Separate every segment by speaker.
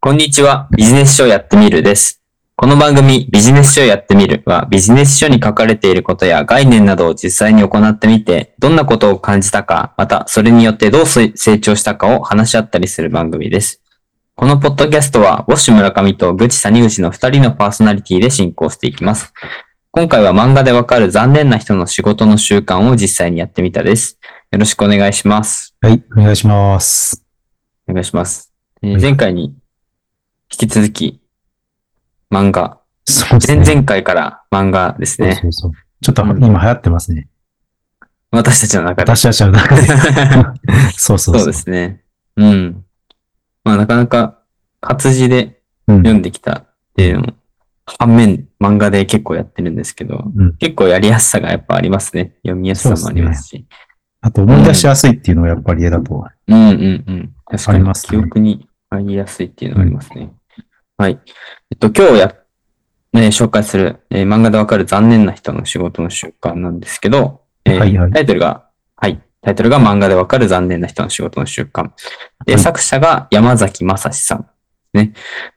Speaker 1: こんにちは。ビジネス書やってみるです。この番組、ビジネス書やってみるは、ビジネス書に書かれていることや概念などを実際に行ってみて、どんなことを感じたか、またそれによってどう成長したかを話し合ったりする番組です。このポッドキャストは、ウォッシュ村上とグチ谷口の二人のパーソナリティで進行していきます。今回は漫画でわかる残念な人の仕事の習慣を実際にやってみたです。よろしくお願いします。
Speaker 2: はい、お願いします。
Speaker 1: お願いします。えー
Speaker 2: はい
Speaker 1: 前回に引き続き漫画。
Speaker 2: そうです
Speaker 1: 前
Speaker 2: ね。
Speaker 1: 々回から漫画ですね。
Speaker 2: そうそうそうちょっと
Speaker 1: うん
Speaker 2: 今流行ってますね。
Speaker 1: 私たちの中で。
Speaker 2: 私たちの中で。 そうそうそう。
Speaker 1: そうですね。うん。まあなかなか活字で
Speaker 2: うん。
Speaker 1: 読んできたっていうのも、反面漫画で結構やってるんですけど、
Speaker 2: うん
Speaker 1: 結構やりやすさがやっぱありますね。読みやすさもありますし。
Speaker 2: あと思い出しやすいっていうのがやっぱり絵だと。
Speaker 1: うんうんうん。確か
Speaker 2: あり
Speaker 1: に
Speaker 2: ますね
Speaker 1: 記憶に入りやすいっていうのがありますね。はい。えっと、今日や、ね、紹介する、えー漫画でわかる残念な人の仕事の習慣なんですけど、えー
Speaker 2: はいはい
Speaker 1: タイトルが、はい。タイトルが漫画でわかる残念な人の仕事の習慣。で、
Speaker 2: はい
Speaker 1: 作者が山崎正史さんですね。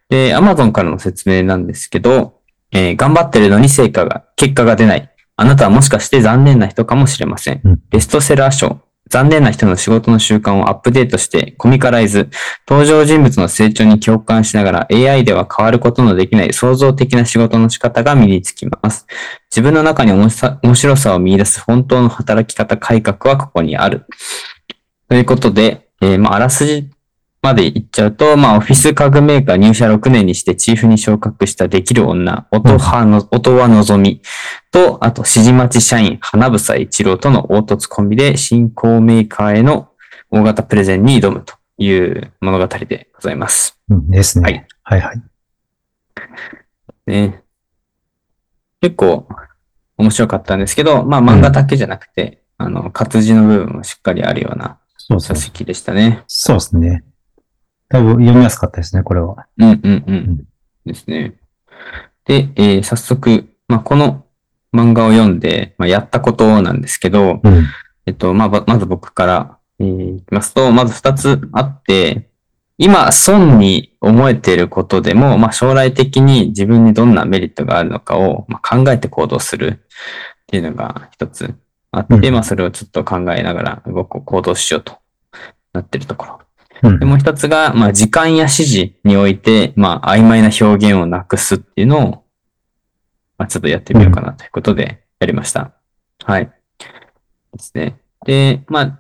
Speaker 1: で、Amazon からの説明なんですけど、えー頑張ってるのに成果が、結果が出ない。あなたはもしかして残念な人かもしれません。
Speaker 2: うん
Speaker 1: ベストセラー賞、残念な人の仕事の習慣をアップデートして、コミカライズ、登場人物の成長に共感しながら AI では変わることのできない創造的な仕事の仕方が身につきます。自分の中に面さ面白さを見出す本当の働き方改革はここにある。ということで、えーまあ、あらすじまで言っちゃうと、まあ、オフィス家具メーカー入社6年にしてチーフに昇格したできる女、音はの、音はのぞみと、あと、指示待ち社員、花房一郎との凹凸コンビで、新興メーカーへの大型プレゼンに挑むという物語でございます。
Speaker 2: うん、ですね。
Speaker 1: は
Speaker 2: はいい、はい、はい。
Speaker 1: ね。結構面白かったんですけど、まあ漫画だけじゃなくて、あの、活字の部分もしっかりあるような
Speaker 2: そう
Speaker 1: 書
Speaker 2: そう。
Speaker 1: 籍でしたね。
Speaker 2: そうですね。多分読みやすかったですね、これは。
Speaker 1: うんうんうんん。ですね。で、えー早速、まあこの漫画を読んで、まあ、やったことなんですけど、
Speaker 2: うん。
Speaker 1: えっと、まあ、ばまず僕から、えー、いきますと、まず二つあって、今、損に思えていることでも、まあ、将来的に自分にどんなメリットがあるのかを、まあ、考えて行動するっていうのが一つあって、
Speaker 2: うん
Speaker 1: まあ、それをちょっと考えながら動こう、行動しようとなってるところ。
Speaker 2: うん
Speaker 1: で、もう一つが、まあ、時間や指示において、まあ、曖昧な表現をなくすっていうのを、まあ、ちょっとやってみようかなということで、やりました。はい。ですね。で、まあ、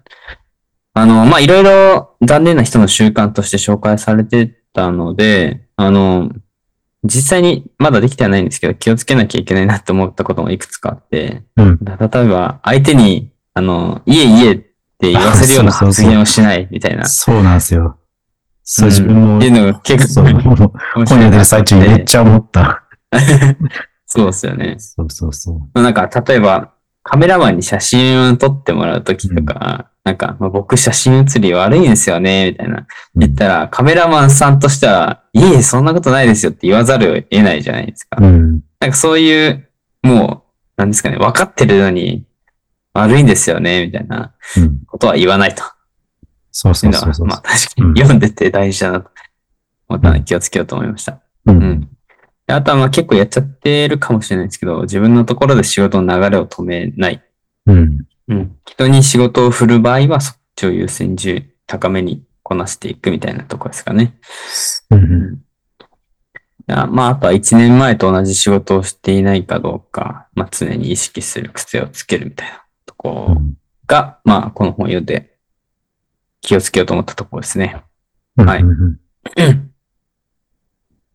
Speaker 1: あの、まあ、いろいろ残念な人の習慣として紹介されてたので、あの、実際にまだできてはないんですけど、気をつけなきゃいけないなって思ったこともいくつかあって、
Speaker 2: うん
Speaker 1: だ例えば、相手に、あの、いえいえって言わせるような
Speaker 2: そう
Speaker 1: 発
Speaker 2: そうそう
Speaker 1: 言をしないみたいな。
Speaker 2: そうなんですよ。そ
Speaker 1: う
Speaker 2: う、
Speaker 1: ん
Speaker 2: 自分も
Speaker 1: ってい、うのが結
Speaker 2: そう、
Speaker 1: 構
Speaker 2: 本
Speaker 1: 面白い
Speaker 2: 読
Speaker 1: な
Speaker 2: んでる
Speaker 1: と思
Speaker 2: 最
Speaker 1: っ。
Speaker 2: 中にめってちゃ思った。
Speaker 1: そうですよね。
Speaker 2: そうそうそ
Speaker 1: まあなんか、例えば、カメラマンに写真を撮ってもらうときとか、なんか、まあ、僕写真写り悪いんですよね、みたいな。
Speaker 2: う。
Speaker 1: 言ったら、カメラマンさんとしては、いえいえ、そんなことないですよって言わざるを得ないじゃないですか。
Speaker 2: うん。
Speaker 1: なんかそういう、もう、なんですかね、分かってるのに、悪いんですよね、みたいな
Speaker 2: うん。
Speaker 1: ことは言わないと。
Speaker 2: そう
Speaker 1: ってい
Speaker 2: そうう
Speaker 1: の
Speaker 2: そ
Speaker 1: は、
Speaker 2: うそう
Speaker 1: まあ。確かに読んでて大事だなと思ったので気をつけようと思いました。
Speaker 2: う
Speaker 1: うん。。であとはまあ結構やっちゃってるかもしれないですけど、自分のところで仕事の流れを止めない。
Speaker 2: うん。
Speaker 1: うん。人に仕事を振る場合はそっちを優先順位高めにこなしていくみたいなところですかね。
Speaker 2: うん。
Speaker 1: いやまあ、あとは1年前と同じ仕事をしていないかどうか、まあ常に意識する癖をつけるみたいなと
Speaker 2: う
Speaker 1: こ
Speaker 2: ん。
Speaker 1: が、まあこの本読んで気をつけようと思ったところですね。はい
Speaker 2: うんうんうん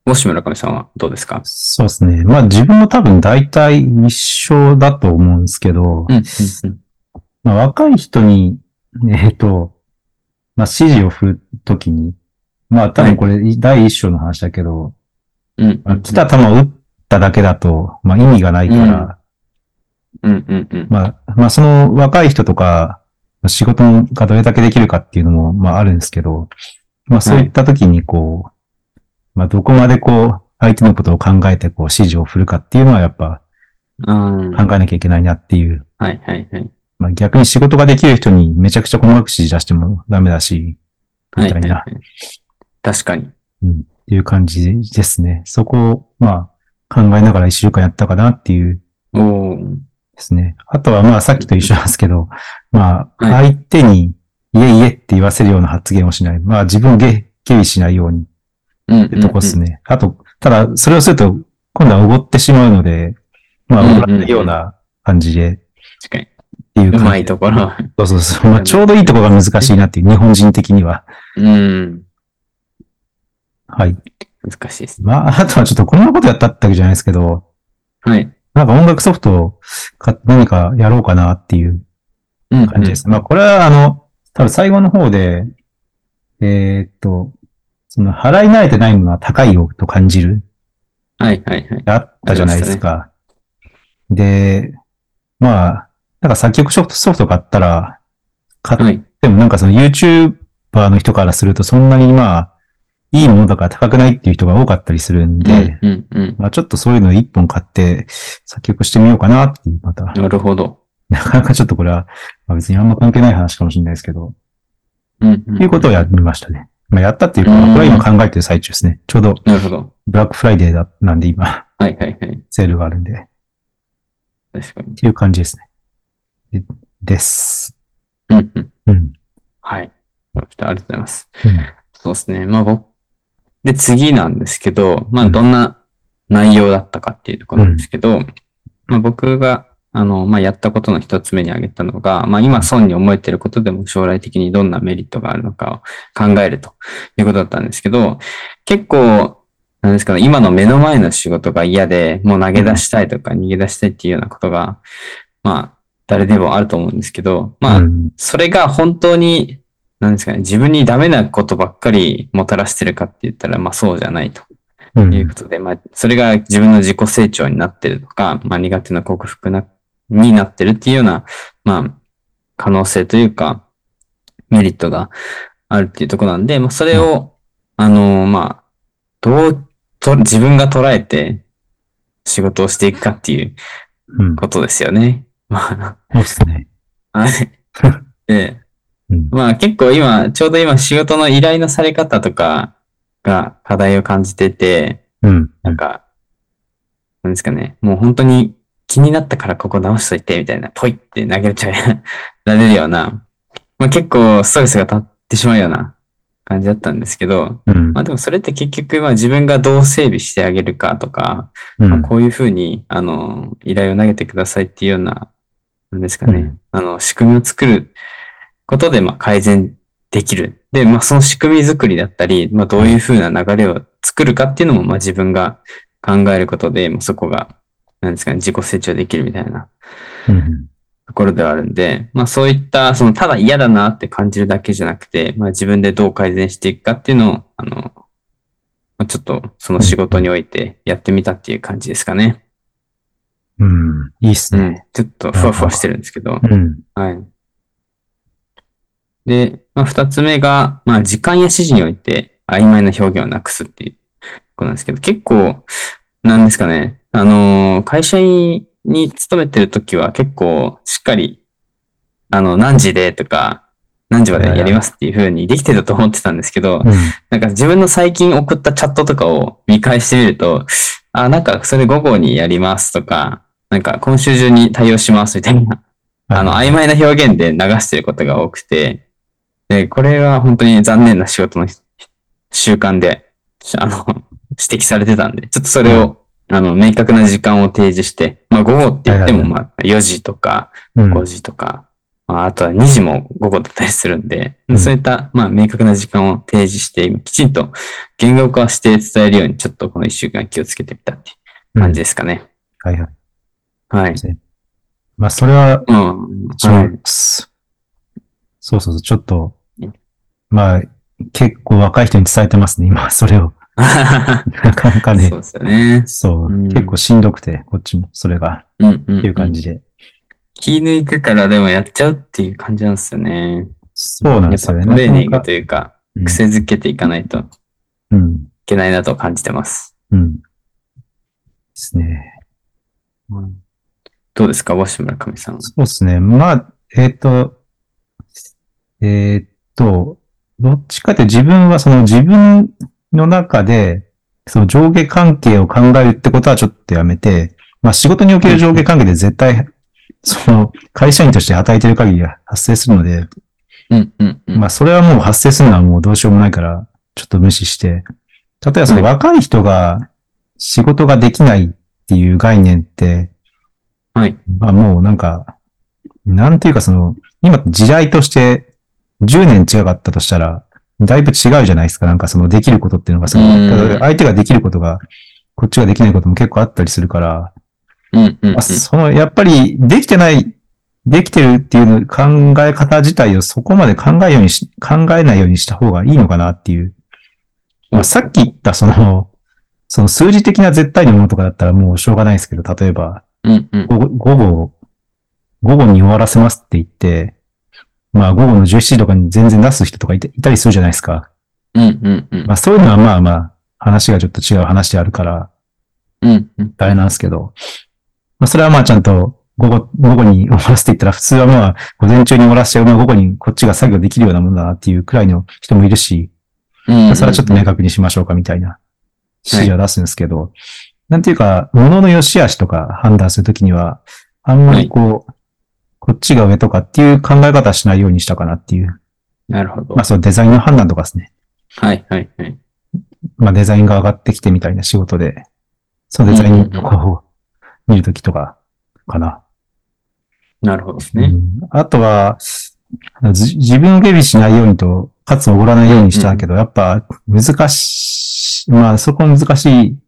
Speaker 1: もし村上さんはどうですか
Speaker 2: そうですね。まあ自分も多分大体一緒だと思うんですけど、
Speaker 1: うん。
Speaker 2: まあ、若い人に、 えっ、と、まあ指示を振るときに、まあ多分これ第一章の話だけど、
Speaker 1: うん。うん。
Speaker 2: まあ来た球を打っただけだと、まあ意味がないから、
Speaker 1: うん。うん。うん。
Speaker 2: まあ、まあその若い人とか、まあ仕事がどれだけできるかっていうのも、まああるんですけど、まあそういったときにこう、まあどこまでこう、相手のことを考えてこう指示を振るかっていうのはやっぱ
Speaker 1: うん。
Speaker 2: 考えなきゃいけないなっていう
Speaker 1: はいはいはい。
Speaker 2: まあ、逆に仕事ができる人にめちゃくちゃ細かく指示出してもダメだし、みたいな。
Speaker 1: い。確かに。
Speaker 2: うんいう感じですね。そこを、まあ、考えながら一週間やったかなっていう
Speaker 1: おー
Speaker 2: ですね。あとは、まあ、さっきと一緒なんですけど、まあ、
Speaker 1: は
Speaker 2: 相手に、いえいえって言わせるような発言をしない。まあ、自分をげ、下痢しないように
Speaker 1: うんうん
Speaker 2: ってとこっすね。あと、ただ、それをすると、今度はおごってしまうので、まあ、
Speaker 1: うんうんうん
Speaker 2: おごられるような感じで、っ
Speaker 1: 確かに。
Speaker 2: ていう
Speaker 1: う
Speaker 2: 感じ。
Speaker 1: まいところ。
Speaker 2: そうそうそう。まあ、ちょうどいいところが難しいなっていう、日本人的には。
Speaker 1: うん。
Speaker 2: はい。
Speaker 1: 難しいですね。
Speaker 2: まあ、あとはちょっとこんなことやったってわけじゃないですけど、
Speaker 1: はい。
Speaker 2: なんか音楽ソフトをか何かやろうかなっていう
Speaker 1: うんうん。
Speaker 2: 感じです。まあ、これはあの、多分最後の方で、えーっと、その、払い慣れてないものは高いよと感じる
Speaker 1: はいはいはい。
Speaker 2: あったじゃないですか。で、まあ、なんか作曲ソフトソフト買ったら、買
Speaker 1: は
Speaker 2: っ
Speaker 1: い。
Speaker 2: てもなんかその YouTuber の人からするとそんなにまあ、いいものだから高くないっていう人が多かったりするんで、
Speaker 1: うんうんうん。
Speaker 2: まあちょっとそういうの一本買って作曲してみようかなっていう、また、
Speaker 1: なるほど。
Speaker 2: なかなかちょっとこれは、まあ、別にあんま関係ない話かもしれないですけど、
Speaker 1: うん、うん。
Speaker 2: いうことをやりましたね。まあやったっていうか、
Speaker 1: うん
Speaker 2: これは今考えてる最中ですね。ちょうど
Speaker 1: なるほど。
Speaker 2: ブラックフライデーだなんで今、
Speaker 1: はいはいはい。
Speaker 2: セールがあるんで。
Speaker 1: 確かに
Speaker 2: っ。ていう感じですね。でです。
Speaker 1: うんうん。
Speaker 2: うん。
Speaker 1: はい。ありがとうございます。そうですね。まあ僕、で、次なんですけど、ま
Speaker 2: う
Speaker 1: あ
Speaker 2: ん
Speaker 1: どんな内容だったかっていうところなんですけど、まあ僕が、あの、まあやったことの一つ目に挙げたのが、まあ今損に思えてることでも将来的にどんなメリットがあるのかを考えるということだったんですけど、結構、なんですかね、今の目の前の仕事が嫌で、もう投げ出したいとか逃げ出したいっていうようなことが、まあ誰でもあると思うんですけど、まあ
Speaker 2: うん
Speaker 1: それが本当に、なんですかね、自分にダメなことばっかりもたらしてるかって言ったら、まあそうじゃないと
Speaker 2: うん
Speaker 1: いうことで、まあそれが自分の自己成長になってるとか、まあ苦手な克服な、になってるっていうような、まあ可能性というか、メリットがあるっていうところなんで、まあそれを、あのまあ、どうと、自分が捉えて仕事をしていくかっていう
Speaker 2: うん。
Speaker 1: ことですよね。まあ、
Speaker 2: そうですね。
Speaker 1: はい。 で
Speaker 2: うん、
Speaker 1: まあ結構今、ちょうど今仕事の依頼のされ方とかが課題を感じてて、
Speaker 2: うん。
Speaker 1: なんか、なんですかね、もう本当に気になったからここ直しといて、みたいな、ポイって投げちゃえられるよう な、まあ結構ストレスが立ってしまうような感じだったんですけど、
Speaker 2: うん
Speaker 1: まあでもそれって結局まあ自分がどう整備してあげるかとか、
Speaker 2: うん
Speaker 1: まあこういうふうに、あの、依頼を投げてくださいっていうような、なんですかね、
Speaker 2: うん
Speaker 1: あの、仕組みを作ることで、まあ、改善できる。で、まあ、その仕組み作りだったり、まあ、どういうふうな流れを作るかっていうのも、まあ、自分が考えることで、まあ、そこが、なんですかね、自己成長できるみたいな
Speaker 2: うん
Speaker 1: ところではあるんで、まあ、そういった、その、ただ嫌だなって感じるだけじゃなくて、まあ、自分でどう改善していくかっていうのを、あの、まあちょっと、その仕事においてやってみたっていう感じですかね。
Speaker 2: うん。いいっす
Speaker 1: う
Speaker 2: ね。
Speaker 1: ん。ちょっとふわふわしてるんですけど。
Speaker 2: うん。
Speaker 1: はい。で、まあ、二つ目が、まあ、時間や指示において曖昧な表現をなくすっていうことなんですけど、結構、なんですかね、あのー会社員に勤めてるときは結構しっかり、あの、何時でとか、何時までやりますっていうふうにできてたと思ってたんですけど、
Speaker 2: うん
Speaker 1: なんか自分の最近送ったチャットとかを見返してみると、あ、なんかそれ午後にやりますとか、なんか今週中に対応しますみたいな、あの曖昧な表現で流してることが多くて、で、これは本当に残念な仕事のひ習慣で、しあの、 指摘されてたんで、ちょっとそれを、あの、明確な時間を提示して、まあ午後って言っても、
Speaker 2: はい
Speaker 1: まあ4時とか、
Speaker 2: うん
Speaker 1: 5時とか、まあ、あとは2時も午後だったりするんで、
Speaker 2: うん
Speaker 1: そういった、まあ、明確な時間を提示して、きちんと言語化して伝えるように、ちょっとこの1週間気をつけてみたって感じですかね。
Speaker 2: うんはいはい。
Speaker 1: はい。
Speaker 2: まあ、それは、
Speaker 1: うん。
Speaker 2: そう
Speaker 1: はい。
Speaker 2: そうそうそう、ちょっと
Speaker 1: うん、
Speaker 2: まあ、結構若い人に伝えてますね、今、それを。なかなかね
Speaker 1: そう。ですよね。
Speaker 2: そうう。
Speaker 1: ん
Speaker 2: 結構しんどくて、こっちも、それが、
Speaker 1: うんうん、
Speaker 2: っていう感。じで。
Speaker 1: 気抜いてたらでもやっちゃうっていう感じなんですよね。
Speaker 2: そうなんですよね。
Speaker 1: やっぱトレーニング
Speaker 2: なか
Speaker 1: というか、
Speaker 2: なか
Speaker 1: 癖づけていかないとい
Speaker 2: うんうん。
Speaker 1: けないなと感じてます。
Speaker 2: うん。ですね。
Speaker 1: どうですか、ワシュムラカミさんは。
Speaker 2: そうですね。まあ、えっ、と、えっ、と、どっちかって自分はその自分の中で、その上下関係を考えるってことはちょっとやめて、まあ仕事における上下関係で絶対、その会社員として働いてる限りは発生するので、
Speaker 1: うんうんうん。
Speaker 2: まあそれはもう発生するのはもうどうしようもないから、ちょっと無視して、例えばその若い人が仕事ができないっていう概念って、
Speaker 1: はい。
Speaker 2: まあもうなんか、なんていうかその、今時代として10年違かったとしたら、だいぶ違うじゃないですか。なんかそのできることっていうのが、そ
Speaker 1: うん
Speaker 2: の、相手ができることが、こっちができないことも結構あったりするから、
Speaker 1: うんうんうん
Speaker 2: まあ、その、やっぱりできてない、できてるっていうの考え方自体をそこまで考えようにし、考えないようにした方がいいのかなっていう。まあ、さっき言ったその、その数字的な絶対のものとかだったらもうしょうがないですけど、例えば、
Speaker 1: うんうん。
Speaker 2: 午後、午後、午後に終わらせますって言って、まあ午後の17時とかに全然出す人とかいたいたりするじゃないですか。
Speaker 1: うんうんうん
Speaker 2: まあそういうのはまあまあ話がちょっと違う話であるから、
Speaker 1: うんうん。
Speaker 2: あれなんですけど、まあそれはまあちゃんと午後、午後に終わらせていったら普通はまあ午前中に終わらせちゃう、まあ午後にこっちが作業できるようなものだなっていうくらいの人もいるし、
Speaker 1: うんうん
Speaker 2: それはちょっと明確にしましょうかみたいな指示は出すんですけど、なんていうか、物の良し悪しとか判断するときには、あんまりこう、こっちが上とかっていう考え方はしないようにしたかなっていう。
Speaker 1: なるほど
Speaker 2: まあ。そのデザインの判断とかですね。
Speaker 1: はいはいはい。
Speaker 2: まあデザインが上がってきてみたいな仕事で、そのデザインをこう、見るときとか、かな。
Speaker 1: なるほどです
Speaker 2: う
Speaker 1: ね。
Speaker 2: んあとは、じ自分を下痢しないようにと、かつおごらないようにしたけど、やっぱ難しい、まあそこ難しいっ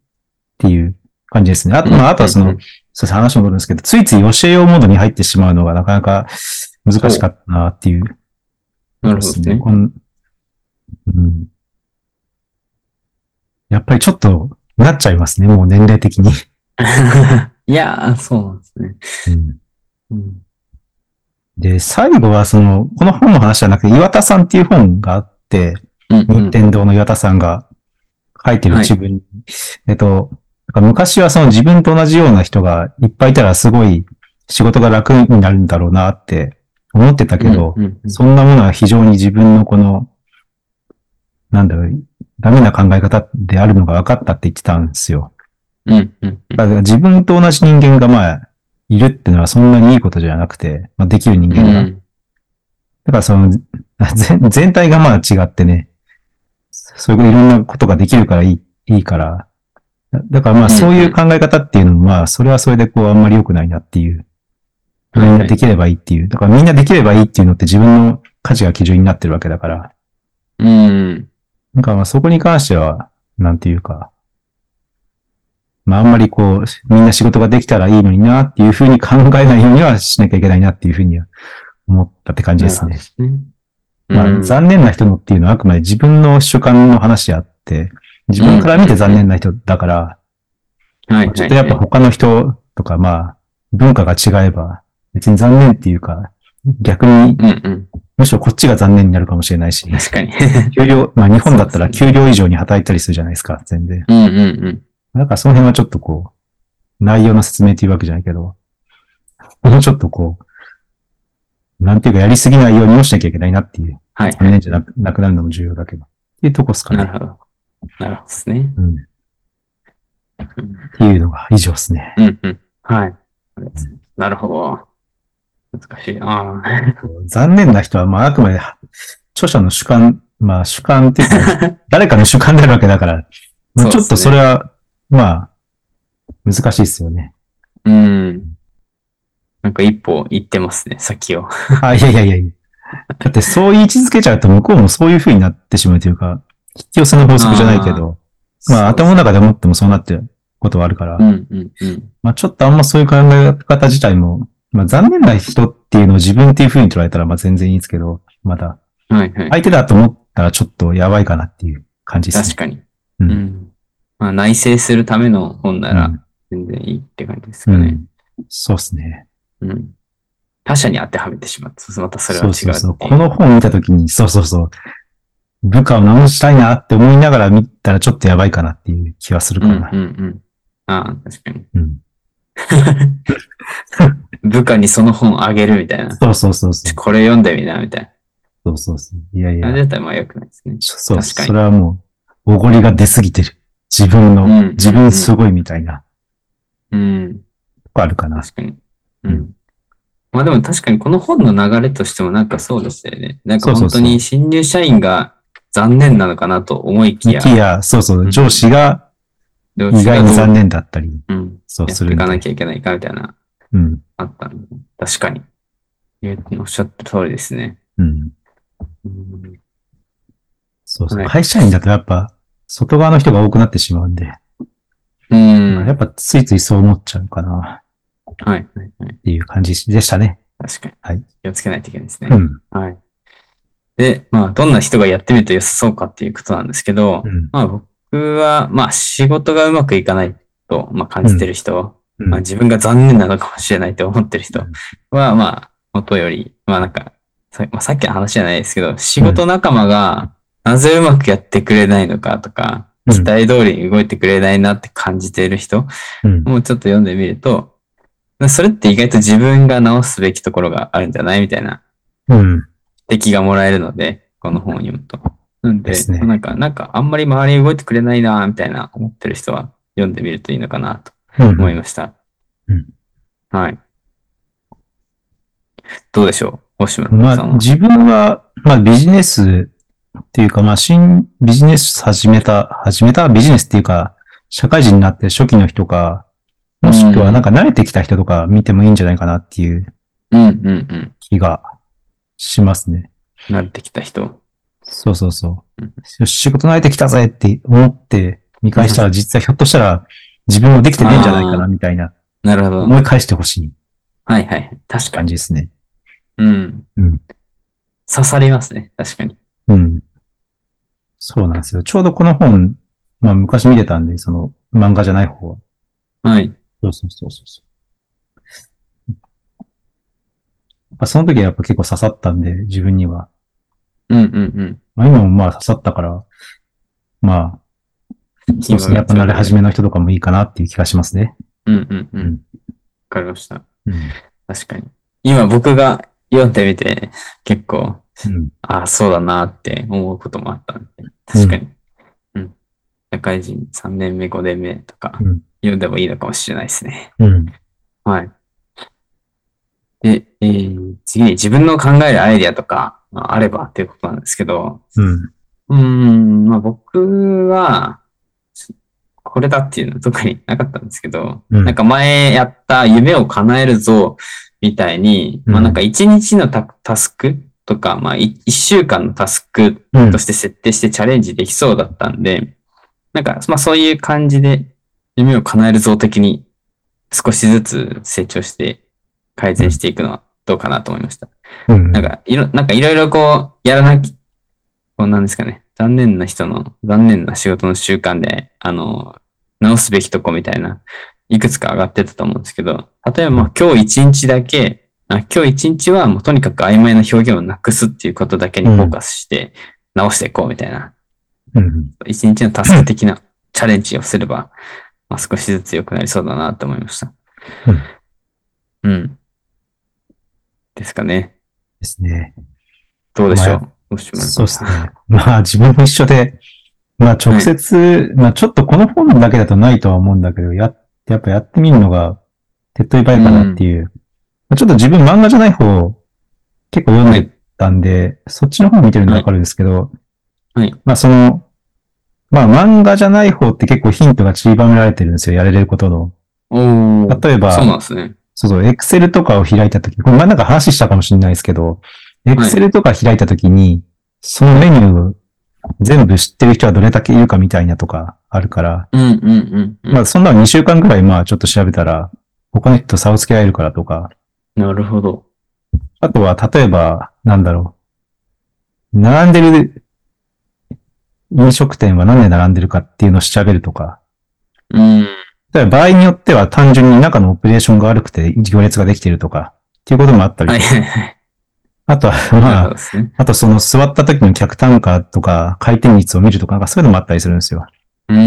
Speaker 2: ていう感じですね。あと、まああとはそ
Speaker 1: うんう
Speaker 2: の
Speaker 1: ん、
Speaker 2: そうです話戻るんですけど、ついつい教えようモードに入ってしまうのがなかなか難しかったなっていう、
Speaker 1: なるほどですね。
Speaker 2: こんうん。やっぱりちょっと、なっちゃいますね、もう年齢的に。
Speaker 1: いやー、そうなんですね。
Speaker 2: うん
Speaker 1: うん
Speaker 2: で、最後はその、この本の話じゃなくて、岩田さんっていう本があって、
Speaker 1: うんうん
Speaker 2: 任天堂の岩田さんが書いてる自分、えっと、なんか昔はその自分と同じような人がいっぱいいたらすごい仕事が楽になるんだろうなって思ってたけど、
Speaker 1: うんうんうん
Speaker 2: そんなものは非常に自分のこの、なんだろう、ダメな考え方であるのが分かったって言ってたんですよ。
Speaker 1: うんうん
Speaker 2: だから自分と同じ人間がまあ、いるってのはそんなにいいことじゃなくて、まあ、できる人
Speaker 1: う
Speaker 2: 間が
Speaker 1: ん
Speaker 2: だからその、全全体がまあ違ってね、そういういろんなことができるからいい、いいから。だだからまあ
Speaker 1: うんうん
Speaker 2: そういう考え方っていうのもまあそれはそれでこうあんまり良くないなっていう。み
Speaker 1: はい
Speaker 2: ん
Speaker 1: は
Speaker 2: ないできればいいっていう。だからみんなできればいいっていうのって自分の価値が基準になってるわけだから。
Speaker 1: うん
Speaker 2: なんかまあそこに関しては、なんていうか。まああんまりこう、みんな仕事ができたらいいのになっていうふうに考えないようにはしなきゃいけないなっていうふうには思ったって感じですね。ま
Speaker 1: う
Speaker 2: あ、
Speaker 1: ん
Speaker 2: 残念な人のっていうのはあくまで自分の主観の話であって、自分から見て残念な人だから、
Speaker 1: はい
Speaker 2: ちょっとやっぱ他の人とか、まあ、文化が違えば、別に残念っていうか、逆に、
Speaker 1: はいはいうんうん。
Speaker 2: むしろこっちが残念になるかもし れないし、
Speaker 1: 確かに。
Speaker 2: 給料、まあ日本だった
Speaker 1: そ
Speaker 2: ら
Speaker 1: うですね
Speaker 2: 給料以上に働いたりするじゃないですか、全然。
Speaker 1: うんうんうん。
Speaker 2: だからその辺はちょっとこう、内容の説明っていうわけじゃないけど、もうちょっとこう、なんていうかやりすぎないようにもしなきゃいけないなっていう、
Speaker 1: はい。
Speaker 2: 残念じゃなくなくなるのも重要だけど、っていうとこですかね
Speaker 1: な。るほど。なるほどですね。
Speaker 2: うん。っていうのが以上ですね。
Speaker 1: うんうん。はい。なるほど。難しい。ああ。
Speaker 2: 残念な人は、まあ、あくまで著者の主観、まあ、主観ってい うか、誰かの主観であるわけだから、ま
Speaker 1: そう
Speaker 2: あ、ちょ
Speaker 1: っ
Speaker 2: っ
Speaker 1: すね
Speaker 2: とそれは、まあ、難しいですよね。
Speaker 1: うん。なんか一歩行ってますね、先を。
Speaker 2: あ、いやいやいやいや。だってそう言い続けちゃうと向こうもそういう風になってしまうというか、必要性の法則じゃないけど、まあ頭の中で思ってもそうなってることはあるから、
Speaker 1: うんうんうん。
Speaker 2: まあちょっとあんまそういう考え方自体も、まあ残念な人っていうのを自分っていう風に捉えたらまあ全然いいですけど、まだ
Speaker 1: はいはい。
Speaker 2: 相手だと思ったらちょっとやばいかなっていう感じです
Speaker 1: 確
Speaker 2: ね。
Speaker 1: かに。
Speaker 2: う
Speaker 1: うんん。まあ内省するための本なら
Speaker 2: うん
Speaker 1: 全然いいって感じですか
Speaker 2: う
Speaker 1: ね。
Speaker 2: んそうですね。
Speaker 1: うん。他者に当てはめてしまうと、またそれは違う
Speaker 2: う
Speaker 1: ってい。
Speaker 2: そううそう。この本見たときに、そうそうそう。部下を直したいなって思いながら見たらちょっとやばいかなっていう気はする
Speaker 1: う
Speaker 2: か
Speaker 1: んう
Speaker 2: ら。
Speaker 1: んうん。ああ、確かに。
Speaker 2: うん
Speaker 1: 部下にその本あげるみたいな。
Speaker 2: そうそうそうそ
Speaker 1: ちょ
Speaker 2: う。
Speaker 1: これ読んでみな、みたい
Speaker 2: そうそうそう。いやい
Speaker 1: な。あ
Speaker 2: や
Speaker 1: れ。だったらまあ良くないですね。
Speaker 2: そう、
Speaker 1: 確かに
Speaker 2: それはもう、おごりが出すぎてる。自分の、
Speaker 1: うん
Speaker 2: 自分すごいみたいな、
Speaker 1: うん。
Speaker 2: とこあるかな。
Speaker 1: 確かに。うん。まあでも確かにこの本の流れとしてもなんかそうでしたよね。なんか
Speaker 2: そうそ
Speaker 1: 本
Speaker 2: うそ
Speaker 1: 当
Speaker 2: う
Speaker 1: に新入社員が残念なのかなと思いき
Speaker 2: い
Speaker 1: や、
Speaker 2: や、そうそうう、
Speaker 1: ん
Speaker 2: 上司が
Speaker 1: どう
Speaker 2: 意
Speaker 1: しよう
Speaker 2: 外に残念だったり、
Speaker 1: うん。
Speaker 2: そう
Speaker 1: やっ
Speaker 2: す
Speaker 1: て
Speaker 2: る
Speaker 1: い
Speaker 2: ん
Speaker 1: か
Speaker 2: で
Speaker 1: なきゃいけないかみたいな、
Speaker 2: うん、
Speaker 1: あったの。確かに。いうおっしゃった通りですね。
Speaker 2: うん。
Speaker 1: うん
Speaker 2: そうそう。
Speaker 1: はい
Speaker 2: 会社員だとやっぱ、外側の人が多くなってしまうんで、
Speaker 1: うん。
Speaker 2: やっぱついついそう思っちゃうかな、
Speaker 1: はい。はいはい
Speaker 2: っていう感じでしたね。
Speaker 1: 確かに。
Speaker 2: はい
Speaker 1: 気をつけないといけないですね
Speaker 2: う。ん。
Speaker 1: はい。で、まあ、どんな人がやってみると良さそうかっていうことなんですけど、
Speaker 2: うん。
Speaker 1: まあ僕は、まあ仕事がうまくいかないと、まあ、感じてる人、
Speaker 2: うん
Speaker 1: まあ自分が残念なのかもしれないと思ってる人は、まあ、元より、まあなんか、さ,、まあ、さっきの話じゃないですけど、仕事仲間がなぜうまくやってくれないのかとか、
Speaker 2: うん
Speaker 1: 期待通りに動いてくれないなって感じている人
Speaker 2: うん。
Speaker 1: もうちょっと読んでみると、それって意外と自分が直すべきところがあるんじゃないみたいな
Speaker 2: うん。
Speaker 1: 敵がもらえるので、この本を読むと。なんで、
Speaker 2: ですね
Speaker 1: なんか、なんかあんまり周りに動いてくれないな、みたいな思ってる人は読んでみるといいのかなと
Speaker 2: うん
Speaker 1: 思いました。
Speaker 2: うん
Speaker 1: はい。どうでしょう星
Speaker 2: ま
Speaker 1: 村さ
Speaker 2: あ
Speaker 1: ん、は。
Speaker 2: 自分は、まあ、ビジネスっていうか、まあ、新ビジネス始めた、始めたビジネスっていうか、社会人になって初期の人か、もしくはなんか慣れてきた人とか見てもいいんじゃないかなっていう
Speaker 1: うんうんうん。
Speaker 2: 気がしますね。
Speaker 1: 慣れてきた人。
Speaker 2: そうそうそうう。仕事慣れてきたぜって思って見返したら、実はひょっとしたら自分もできてねえんじゃないかなみたいな、
Speaker 1: なるほど。
Speaker 2: 思い返してほしい
Speaker 1: はいはい。確か
Speaker 2: 感
Speaker 1: に。
Speaker 2: じですね。
Speaker 1: うん。
Speaker 2: うん
Speaker 1: 刺さりますね。確かに。
Speaker 2: うん。そうなんですよ。ちょうどこの本、まあ昔見てたんで、その漫画じゃない方は。
Speaker 1: はい。
Speaker 2: そうそうそうそうそう。やっぱその時はやっぱ結構刺さったんで、自分には。
Speaker 1: うんうん
Speaker 2: まあ今もまあ刺さったから、ま
Speaker 1: うん。
Speaker 2: あ、そうですね。やっぱ慣れ始めの人とかもいいかなっていう気がしますね。
Speaker 1: うんうんう。
Speaker 2: うんん
Speaker 1: わかりました。
Speaker 2: うん。
Speaker 1: 確かに。今僕が読んでみて、結構、
Speaker 2: うん。
Speaker 1: ああ、そうだなって思うこともあったんで、確かに。うん。社会人3年目、5年目とか、
Speaker 2: うん
Speaker 1: 読んでもいいのかもしれないですね。
Speaker 2: うん。
Speaker 1: はい。で、えー次に自分の考えるアイデアとか、まあ、あればっていうことなんですけど、
Speaker 2: うん。
Speaker 1: うーん、まあ僕は、これだっていうのは特になかったんですけど、
Speaker 2: うん
Speaker 1: なんか前やった夢を叶えるぞみたいに、まあなんか一日のタタスクとか、まあい一週間のタスク
Speaker 2: うん
Speaker 1: として設定してチャレンジできそうだったんで、なんかまあそういう感じで夢を叶えるぞ的に少しずつ成長して改善していくのはどうかなと思いました。
Speaker 2: うん。
Speaker 1: なんか、いろ、なんかいろいろこう、やらなき、こうなんですかね。残念な人の、残念な仕事の習慣で、あの、直すべきとこみたいな、いくつか上がってたと思うんですけど、例えばまあ今日一日だけ、あ今日一日はもうとにかく曖昧な表現をなくすっていうことだけにフォーカスして直していこうみたいな、
Speaker 2: うん。
Speaker 1: 一日のタスク的なチャレンジをすれば、まあ、少しずつ良くなりそうだなと思いました。うん。ですかね。
Speaker 2: ですね。
Speaker 1: どうでしょ
Speaker 2: ま
Speaker 1: う。もしも
Speaker 2: そうですね。まあ自分も一緒で、まあ直接、まあちょっとこの本だけだとないとは思うんだけど、や、やっぱやってみるのが手っ取り早いかなっていう。まあちょっと自分漫画じゃない方、結構読んでたんで、そっちの方見てるのわかるんですけど、
Speaker 1: はい
Speaker 2: まあその、まあ漫画じゃない方って結構ヒントが散りばめられてるんですよ、やれることの。
Speaker 1: おお。
Speaker 2: 例えば、
Speaker 1: そうなんですね。
Speaker 2: そうそう、エクセルとかを開いたとき、これ前なんか話したかもしれないですけど、エクセルとか開いたときに、そのメニューを全部知ってる人はどれだけいるかみたいなとかあるから、
Speaker 1: うんうんうんうん。
Speaker 2: まあそんなの2週間ぐらいまあちょっと調べたら、他の人と差をつけられるからとか、
Speaker 1: なるほど。
Speaker 2: あとは例えば、なんだろう、並んでる飲食店は何で並んでるかっていうのを調べるとか、
Speaker 1: うん。
Speaker 2: 例えば場合によっては単純に中のオペレーションが悪くて行列ができているとか、っていうこともあったり、
Speaker 1: はいはいはい。
Speaker 2: あとは、
Speaker 1: な
Speaker 2: ま
Speaker 1: る
Speaker 2: あ
Speaker 1: ほど、ですね。
Speaker 2: あとその座った時の客単価とか回転率を見るとか、なんかそういうのもあったりするんですよ。
Speaker 1: うー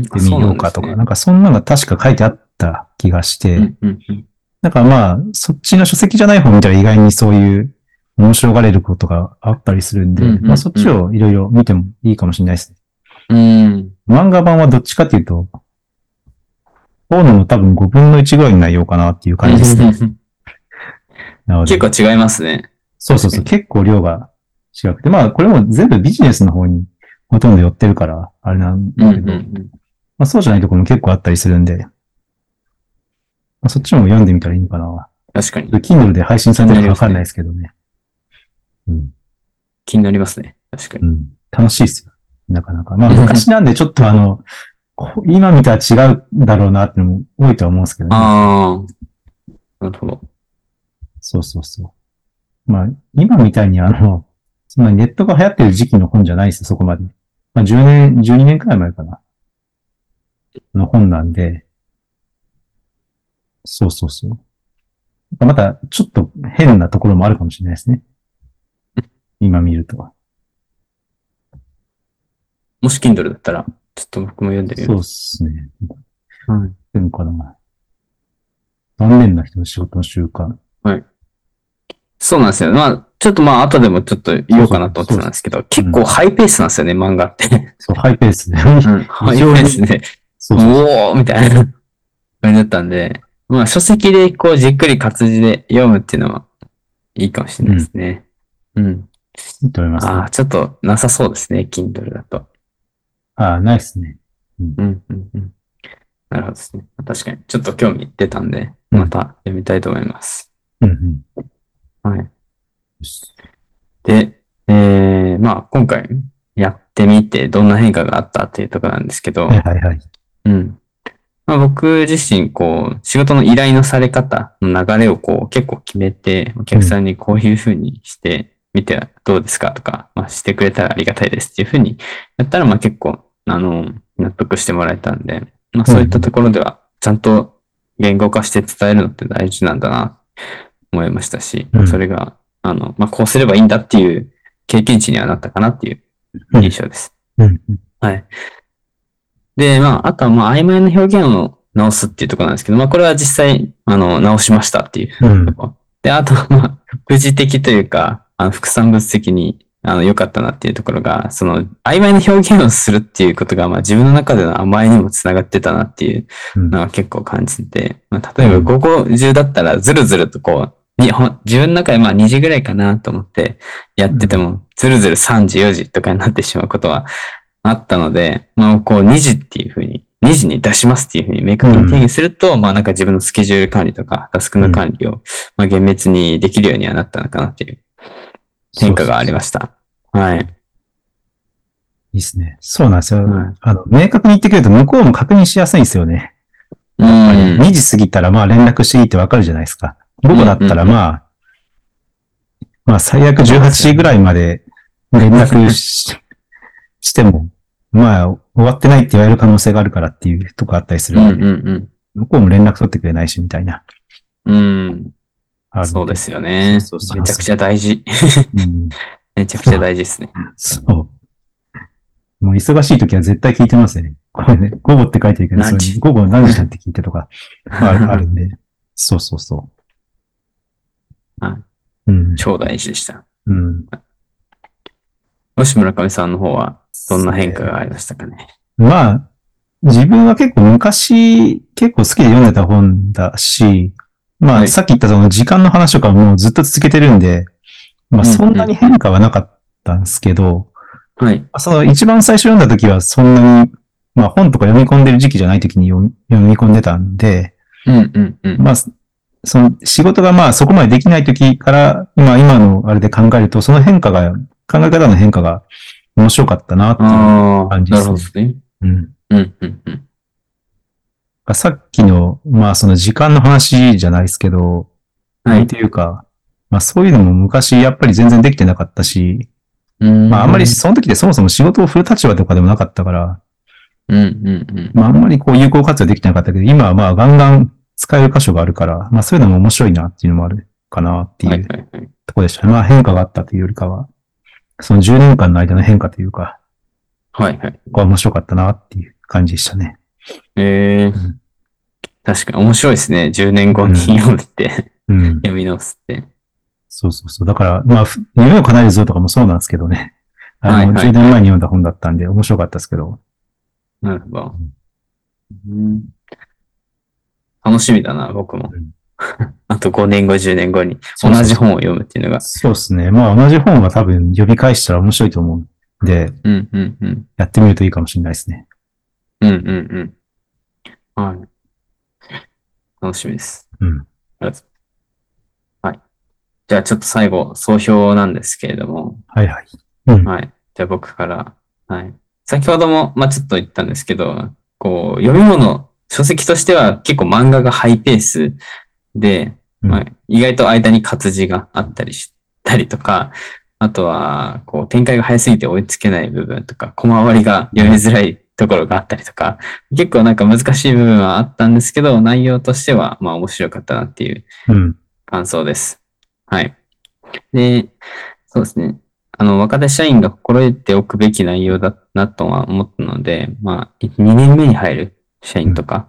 Speaker 1: ん。あ
Speaker 2: 見ようかとか、なんかそんなの確か書いてあった気がし
Speaker 1: そ
Speaker 2: て、
Speaker 1: うなんですねうんうんうん
Speaker 2: なんかまあ、そっちの書籍じゃない方見たら意外にそういう面白がれることがあったりするんで、
Speaker 1: うんうんうん
Speaker 2: まあそっちをいろいろ見てもいいかもしれないですね。
Speaker 1: うん。
Speaker 2: 漫画版はどっちかっていうと、大野の多分5分の1ぐらいの内容かなっていう感じですね。なので
Speaker 1: 結構違いますね。
Speaker 2: そうそうそう、結構量が違くて、まあこれも全部ビジネスの方にほとんど寄ってるから、あれなん
Speaker 1: うん
Speaker 2: だ
Speaker 1: う
Speaker 2: けど、
Speaker 1: ん
Speaker 2: まあそうじゃないところも結構あったりするんで、まあ、そっちも読んでみたらいいのかな。
Speaker 1: 確かに。
Speaker 2: Kindle で配信されてるかわかんないですけどね。うん。
Speaker 1: 気になりますね。確かに。
Speaker 2: うん。楽しいっすよ。なかなか。まあ昔なんでちょっとあの、こ今見たら違うだろうなってのも多いとは思うんですけどね。
Speaker 1: ああ。なるほど。
Speaker 2: そうそうそう。まあ今みたいにあの、そんなネットが流行ってる時期の本じゃないですよ、そこまで。まあ10年、12年くらい前かな。の本なんで。そうそうそう。またちょっと変なところもあるかもしれないですね。今見ると。
Speaker 1: もし Kindle だったら、ちょっと僕も読んでみ
Speaker 2: そう
Speaker 1: よ
Speaker 2: っすね。
Speaker 1: う。はい。
Speaker 2: ってんのかな。残念な人の仕事の習慣。
Speaker 1: そうなんですよ。まあ、ちょっとまあ、後でもちょっと言おうかなと思ってたんですけど、結構ハイペースなんですよね、漫画って。
Speaker 2: そう、ハイペース で。
Speaker 1: ハイペースで、
Speaker 2: そうそう。
Speaker 1: おおみたいな感じだったんで、まあ、書籍でこう、じっくり活字で読むっていうのは、いいかもしれないですね。うん。
Speaker 2: いいと思います。
Speaker 1: ああ、ちょっとなさそうですね、Kindle だと。
Speaker 2: ああ、ないっすね。
Speaker 1: うん、うん、うん。なるほどですね。確かに、ちょっと興味出たんで、
Speaker 2: うん
Speaker 1: また読みたいと思います。
Speaker 2: うんうん。
Speaker 1: はい。
Speaker 2: よし
Speaker 1: で、えー、まあ今回やってみてどんな変化があったっていうところなんですけど
Speaker 2: はい、はいはい。
Speaker 1: うん。まあ僕自身、こう、仕事の依頼のされ方の流れをこう結構決めて、お客さんにこういうふうにしてみてはどうですかとか、まあしてくれたらありがたいですっていうふうにやったら、まあ結構、あの、納得してもらえたんで、まあそういったところでは、ちゃんと言語化して伝えるのって大事なんだな、思いましたし
Speaker 2: う、ん
Speaker 1: それが、あの、まあこうすればいいんだっていう経験値にはなったかなっていう印象です。
Speaker 2: うん
Speaker 1: はい。で、まあ、あとは、まあ、曖昧な表現を直すっていうところなんですけど、まあ、これは実際、あの、直しましたっていう
Speaker 2: うん。うん
Speaker 1: と。ころ。で、あとは、まあ、副次的というか、あの、副産物的に、あの、良かったなっていうところが、その、曖昧な表現をするっていうことが、まあ、自分の中での甘えにもつながってたなっていう
Speaker 2: う ん
Speaker 1: のは結構感じて、まあ、例えば、午後中だったら、ずるずるとこう、にほん自分の中でまあ2時ぐらいかなと思ってやってても、ずるずる3時、4時とかになってしまうことはあったので、まあ、こう2時っていうふうに、2時に出しますっていうふうに明確に定義すると、まあなんか自分のスケジュール管理とか、タスクの管理を、まあ厳密にできるようにはなったのかなっていう変化がありました。はい。
Speaker 2: いいっすね。そうなんですよ
Speaker 1: はい。
Speaker 2: あの、明確に言ってくれると向こうも確認しやすいんですよね。
Speaker 1: う
Speaker 2: 2
Speaker 1: ん。
Speaker 2: 時過ぎたらまあ連絡していいってわかるじゃないですか。午後だったらまあ、まあ最悪18時ぐらいまで連絡ししても、まあ終わってないって言われる可能性があるからっていうとこあったりす
Speaker 1: う
Speaker 2: る。
Speaker 1: んうん
Speaker 2: 向こうも連絡取ってくれないしみたいな。
Speaker 1: うん。うん。
Speaker 2: ある
Speaker 1: そうで。すよね。
Speaker 2: そうそうそう
Speaker 1: めちゃくちゃ大事。
Speaker 2: うん、
Speaker 1: めちゃくちゃ大事ですね。
Speaker 2: そう。もう忙しい時は絶対聞いてますね。これね、午後って書いてるけど、それ
Speaker 1: 何時
Speaker 2: 午後何時だって聞いてとかあるあるんで。そうそうそう。
Speaker 1: はい。
Speaker 2: うん。
Speaker 1: 超大事でした。
Speaker 2: うん。
Speaker 1: もし村上さんの方はどんな変化がありましたかね。
Speaker 2: まあ、自分は結構昔、結構好きで読んでた本だし、ま
Speaker 1: は
Speaker 2: あ、
Speaker 1: い
Speaker 2: さっき言ったその時間の話とかもずっと続けてるんで、まあ、
Speaker 1: うんうん
Speaker 2: そんなに変化はなかったんですけど、
Speaker 1: はい。
Speaker 2: まあその一番最初読んだ時はそんなに、まあ、本とか読み込んでる時期じゃない時に読み読み込んでたんで、
Speaker 1: うんうんうん。
Speaker 2: まあ、そその仕事がまあそこまでできない時から、今、今のあれで考えると、その変化が、考え方の変化が面白かったなっていう。
Speaker 1: ああ、
Speaker 2: 感じ
Speaker 1: な
Speaker 2: で
Speaker 1: る
Speaker 2: すね
Speaker 1: ほどですね。
Speaker 2: うん
Speaker 1: うんうんうん。
Speaker 2: さっきの、まあその時間の話じゃないですけど、
Speaker 1: は
Speaker 2: っ
Speaker 1: い。
Speaker 2: ていうか、まあそういうのも昔やっぱり全然できてなかったし、まああんまりその時でそもそも仕事を振る立場とかでもなかったから、
Speaker 1: うんうんうん。
Speaker 2: まああんまりこう有効活用できてなかったけど、今はまあガンガン使える箇所があるから、まあそういうのも面白いなっていうのもあるかなってい
Speaker 1: はいは
Speaker 2: う
Speaker 1: いはい。
Speaker 2: ところでしたね。まあ変化があったというよりかは、その10年間の間の変化というか、
Speaker 1: はいはい。
Speaker 2: ここは面白かったなっていう感じでしたね。
Speaker 1: ええ
Speaker 2: ん
Speaker 1: 確かに面白いですね。10年後に読んでて、
Speaker 2: うん。
Speaker 1: 読み直すって。
Speaker 2: そうそうそう。だから、まあ、ふ夢を叶えるぞとかもそうなんですけどね。あの、
Speaker 1: はいはい
Speaker 2: 10年前に読んだ本だったんで面白かったですけど、
Speaker 1: なるほど。うん楽しみだな、僕も
Speaker 2: うん。
Speaker 1: あと5年後、10年後に
Speaker 2: そ
Speaker 1: 同
Speaker 2: うそうそ
Speaker 1: じ
Speaker 2: う
Speaker 1: 本を読むっていうのが。
Speaker 2: そうですね。まあ同じ本は多分読み返したら面白いと思うんで、
Speaker 1: うんうんうん。
Speaker 2: やってみるといいかもしれないですね。
Speaker 1: うんうんうん。はい。楽しみです。
Speaker 2: うん。
Speaker 1: ありがとうはい。じゃあちょっと最後、総評なんですけれども。
Speaker 2: はいはい。うん。
Speaker 1: はい。じゃあ僕から。はい。先ほども、まあちょっと言ったんですけど、こう、読み物、書籍としては結構漫画がハイペースで、
Speaker 2: うん
Speaker 1: まあ、意外と間に活字があったりしたりとか、あとは、こう、展開が早すぎて追いつけない部分とか、小回りが読みづらいところがあったりとか、結構なんか難しい部分はあったんですけど、内容としては、まあ面白かったなっていう
Speaker 2: うん。
Speaker 1: 感想です。はい。で、そうですね。あの、若手社員が心得ておくべき内容だなとは思ったので、まあ、2年目に入る社員とか、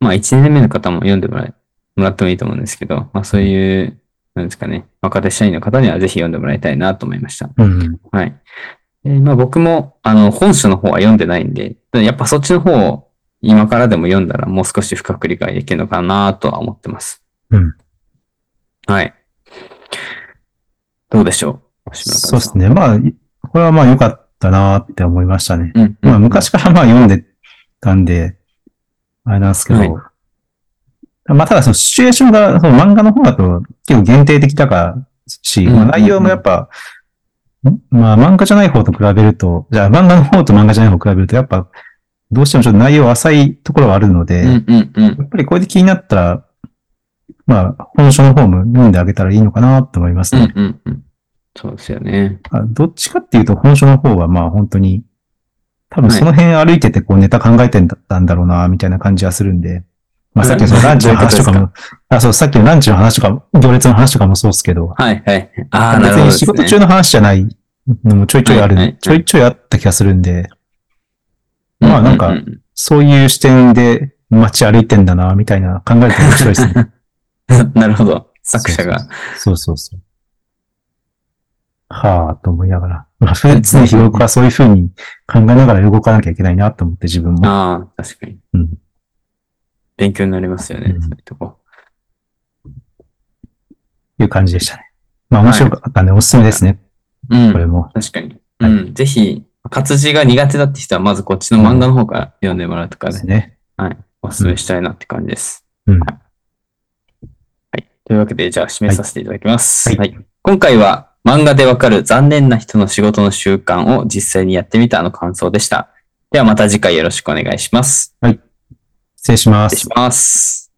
Speaker 1: まあ、1年目の方も読んでもらえもらってもいいと思うんですけど、まあ、そういう、なんですかね、若手社員の方にはぜひ読んでもらいたいなと思いました。
Speaker 2: うん。
Speaker 1: はい。えーまあ僕も、あの、本書の方は読んでないんで、やっぱそっちの方を今からでも読んだらもう少し深く理解できるのかなとは思ってます。
Speaker 2: うん。
Speaker 1: はい。どうでしょう
Speaker 2: そうです。ね。まあ、これはまあ良かったなって思いましたね。
Speaker 1: 星村さんうん、うん
Speaker 2: まあ、昔からまあ読んでたんで、あれなんですけど、
Speaker 1: はい
Speaker 2: まあただそのシチュエーションが、その漫画の方だと結構限定的だからし、
Speaker 1: うん
Speaker 2: まあ内容もやっぱ、んまあ漫画じゃない方と比べると、じゃあ漫画の方と漫画じゃない方を比べると、やっぱどうしてもちょっと内容浅いところはあるので、
Speaker 1: うんうんうん。
Speaker 2: やっぱりこれで気になったら、まあ本書の方も読んであげたらいいのかなと思います
Speaker 1: う
Speaker 2: ね。
Speaker 1: んうんうん。そうですよね。
Speaker 2: あどっちかっていうと、本書の方はまあ本当に、多分その辺歩いててこうネタ考えてたんだろうな、みたいな感じはするんで。まあさっきのそのランチの話とか
Speaker 1: ど
Speaker 2: も、あ、そう、さっきのランチの話とかも、行列の話とかもそうですけど、
Speaker 1: はいはい。ああ、な
Speaker 2: 別
Speaker 1: るほど、
Speaker 2: に
Speaker 1: ね。
Speaker 2: 仕事中の話じゃないのもちょいちょいある、
Speaker 1: はいはい
Speaker 2: ちょいちょいあった気がするんで、まあなんか
Speaker 1: ううう
Speaker 2: そういう視点で街歩いてんだな、みたいな考えて面白いですね。
Speaker 1: うん なるほど。作者が。
Speaker 2: そうそうそう。はぁ、と思いながら。まあ、常日頃からそういうふうに考えながら動かなきゃいけないなと思って自分も。
Speaker 1: ああ、確かに。
Speaker 2: うん
Speaker 1: 勉強になりますよね、
Speaker 2: うん
Speaker 1: そういうとこ。
Speaker 2: いう感じでしたね。まあ面白かったんで、おすすめですね、
Speaker 1: うん
Speaker 2: こ。れも。
Speaker 1: 確かに。
Speaker 2: はい
Speaker 1: うん。ぜひ、活字が苦手だって人は、まずこっちの漫画の方から読んでもらうとか
Speaker 2: で
Speaker 1: ね
Speaker 2: す、ね。
Speaker 1: はい。お勧めしたいなって感じです。
Speaker 2: うん
Speaker 1: はい。はいというわけで、じゃあ、締めさせていただきます。
Speaker 2: はい
Speaker 1: はい。今回は、漫画でわかる残念な人の仕事の習慣を実際にやってみたの感想でした。ではまた次回よろしくお願いします。
Speaker 2: 失礼しま
Speaker 1: 失礼
Speaker 2: す
Speaker 1: し。ます。